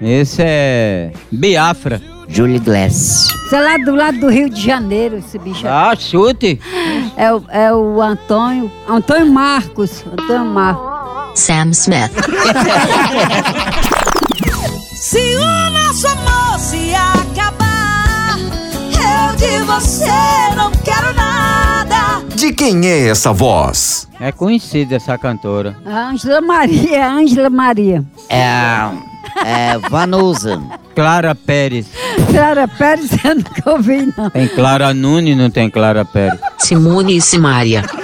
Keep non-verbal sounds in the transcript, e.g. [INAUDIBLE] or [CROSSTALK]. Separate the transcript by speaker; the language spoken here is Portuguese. Speaker 1: Esse é Biafra.
Speaker 2: Julie Glass.
Speaker 3: Isso é lá do lado do Rio de Janeiro, esse bicho.
Speaker 1: Ah, chute.
Speaker 3: É, o- é o Antônio. Antônio Marcos. Antônio Marcos.
Speaker 4: Sam Smith.
Speaker 5: Se o nosso amor se acabar, eu de você não quero nada.
Speaker 6: De quem é essa voz?
Speaker 1: É conhecida essa cantora.
Speaker 3: Ângela Maria, Ângela Maria. [LAUGHS]
Speaker 2: É, a- é Vanusa.
Speaker 1: Clara Pérez.
Speaker 3: Clara Pérez, eu nunca ouvi, não.
Speaker 1: Tem Clara Nunes, não tem Clara Pérez.
Speaker 4: Simone e Simaria.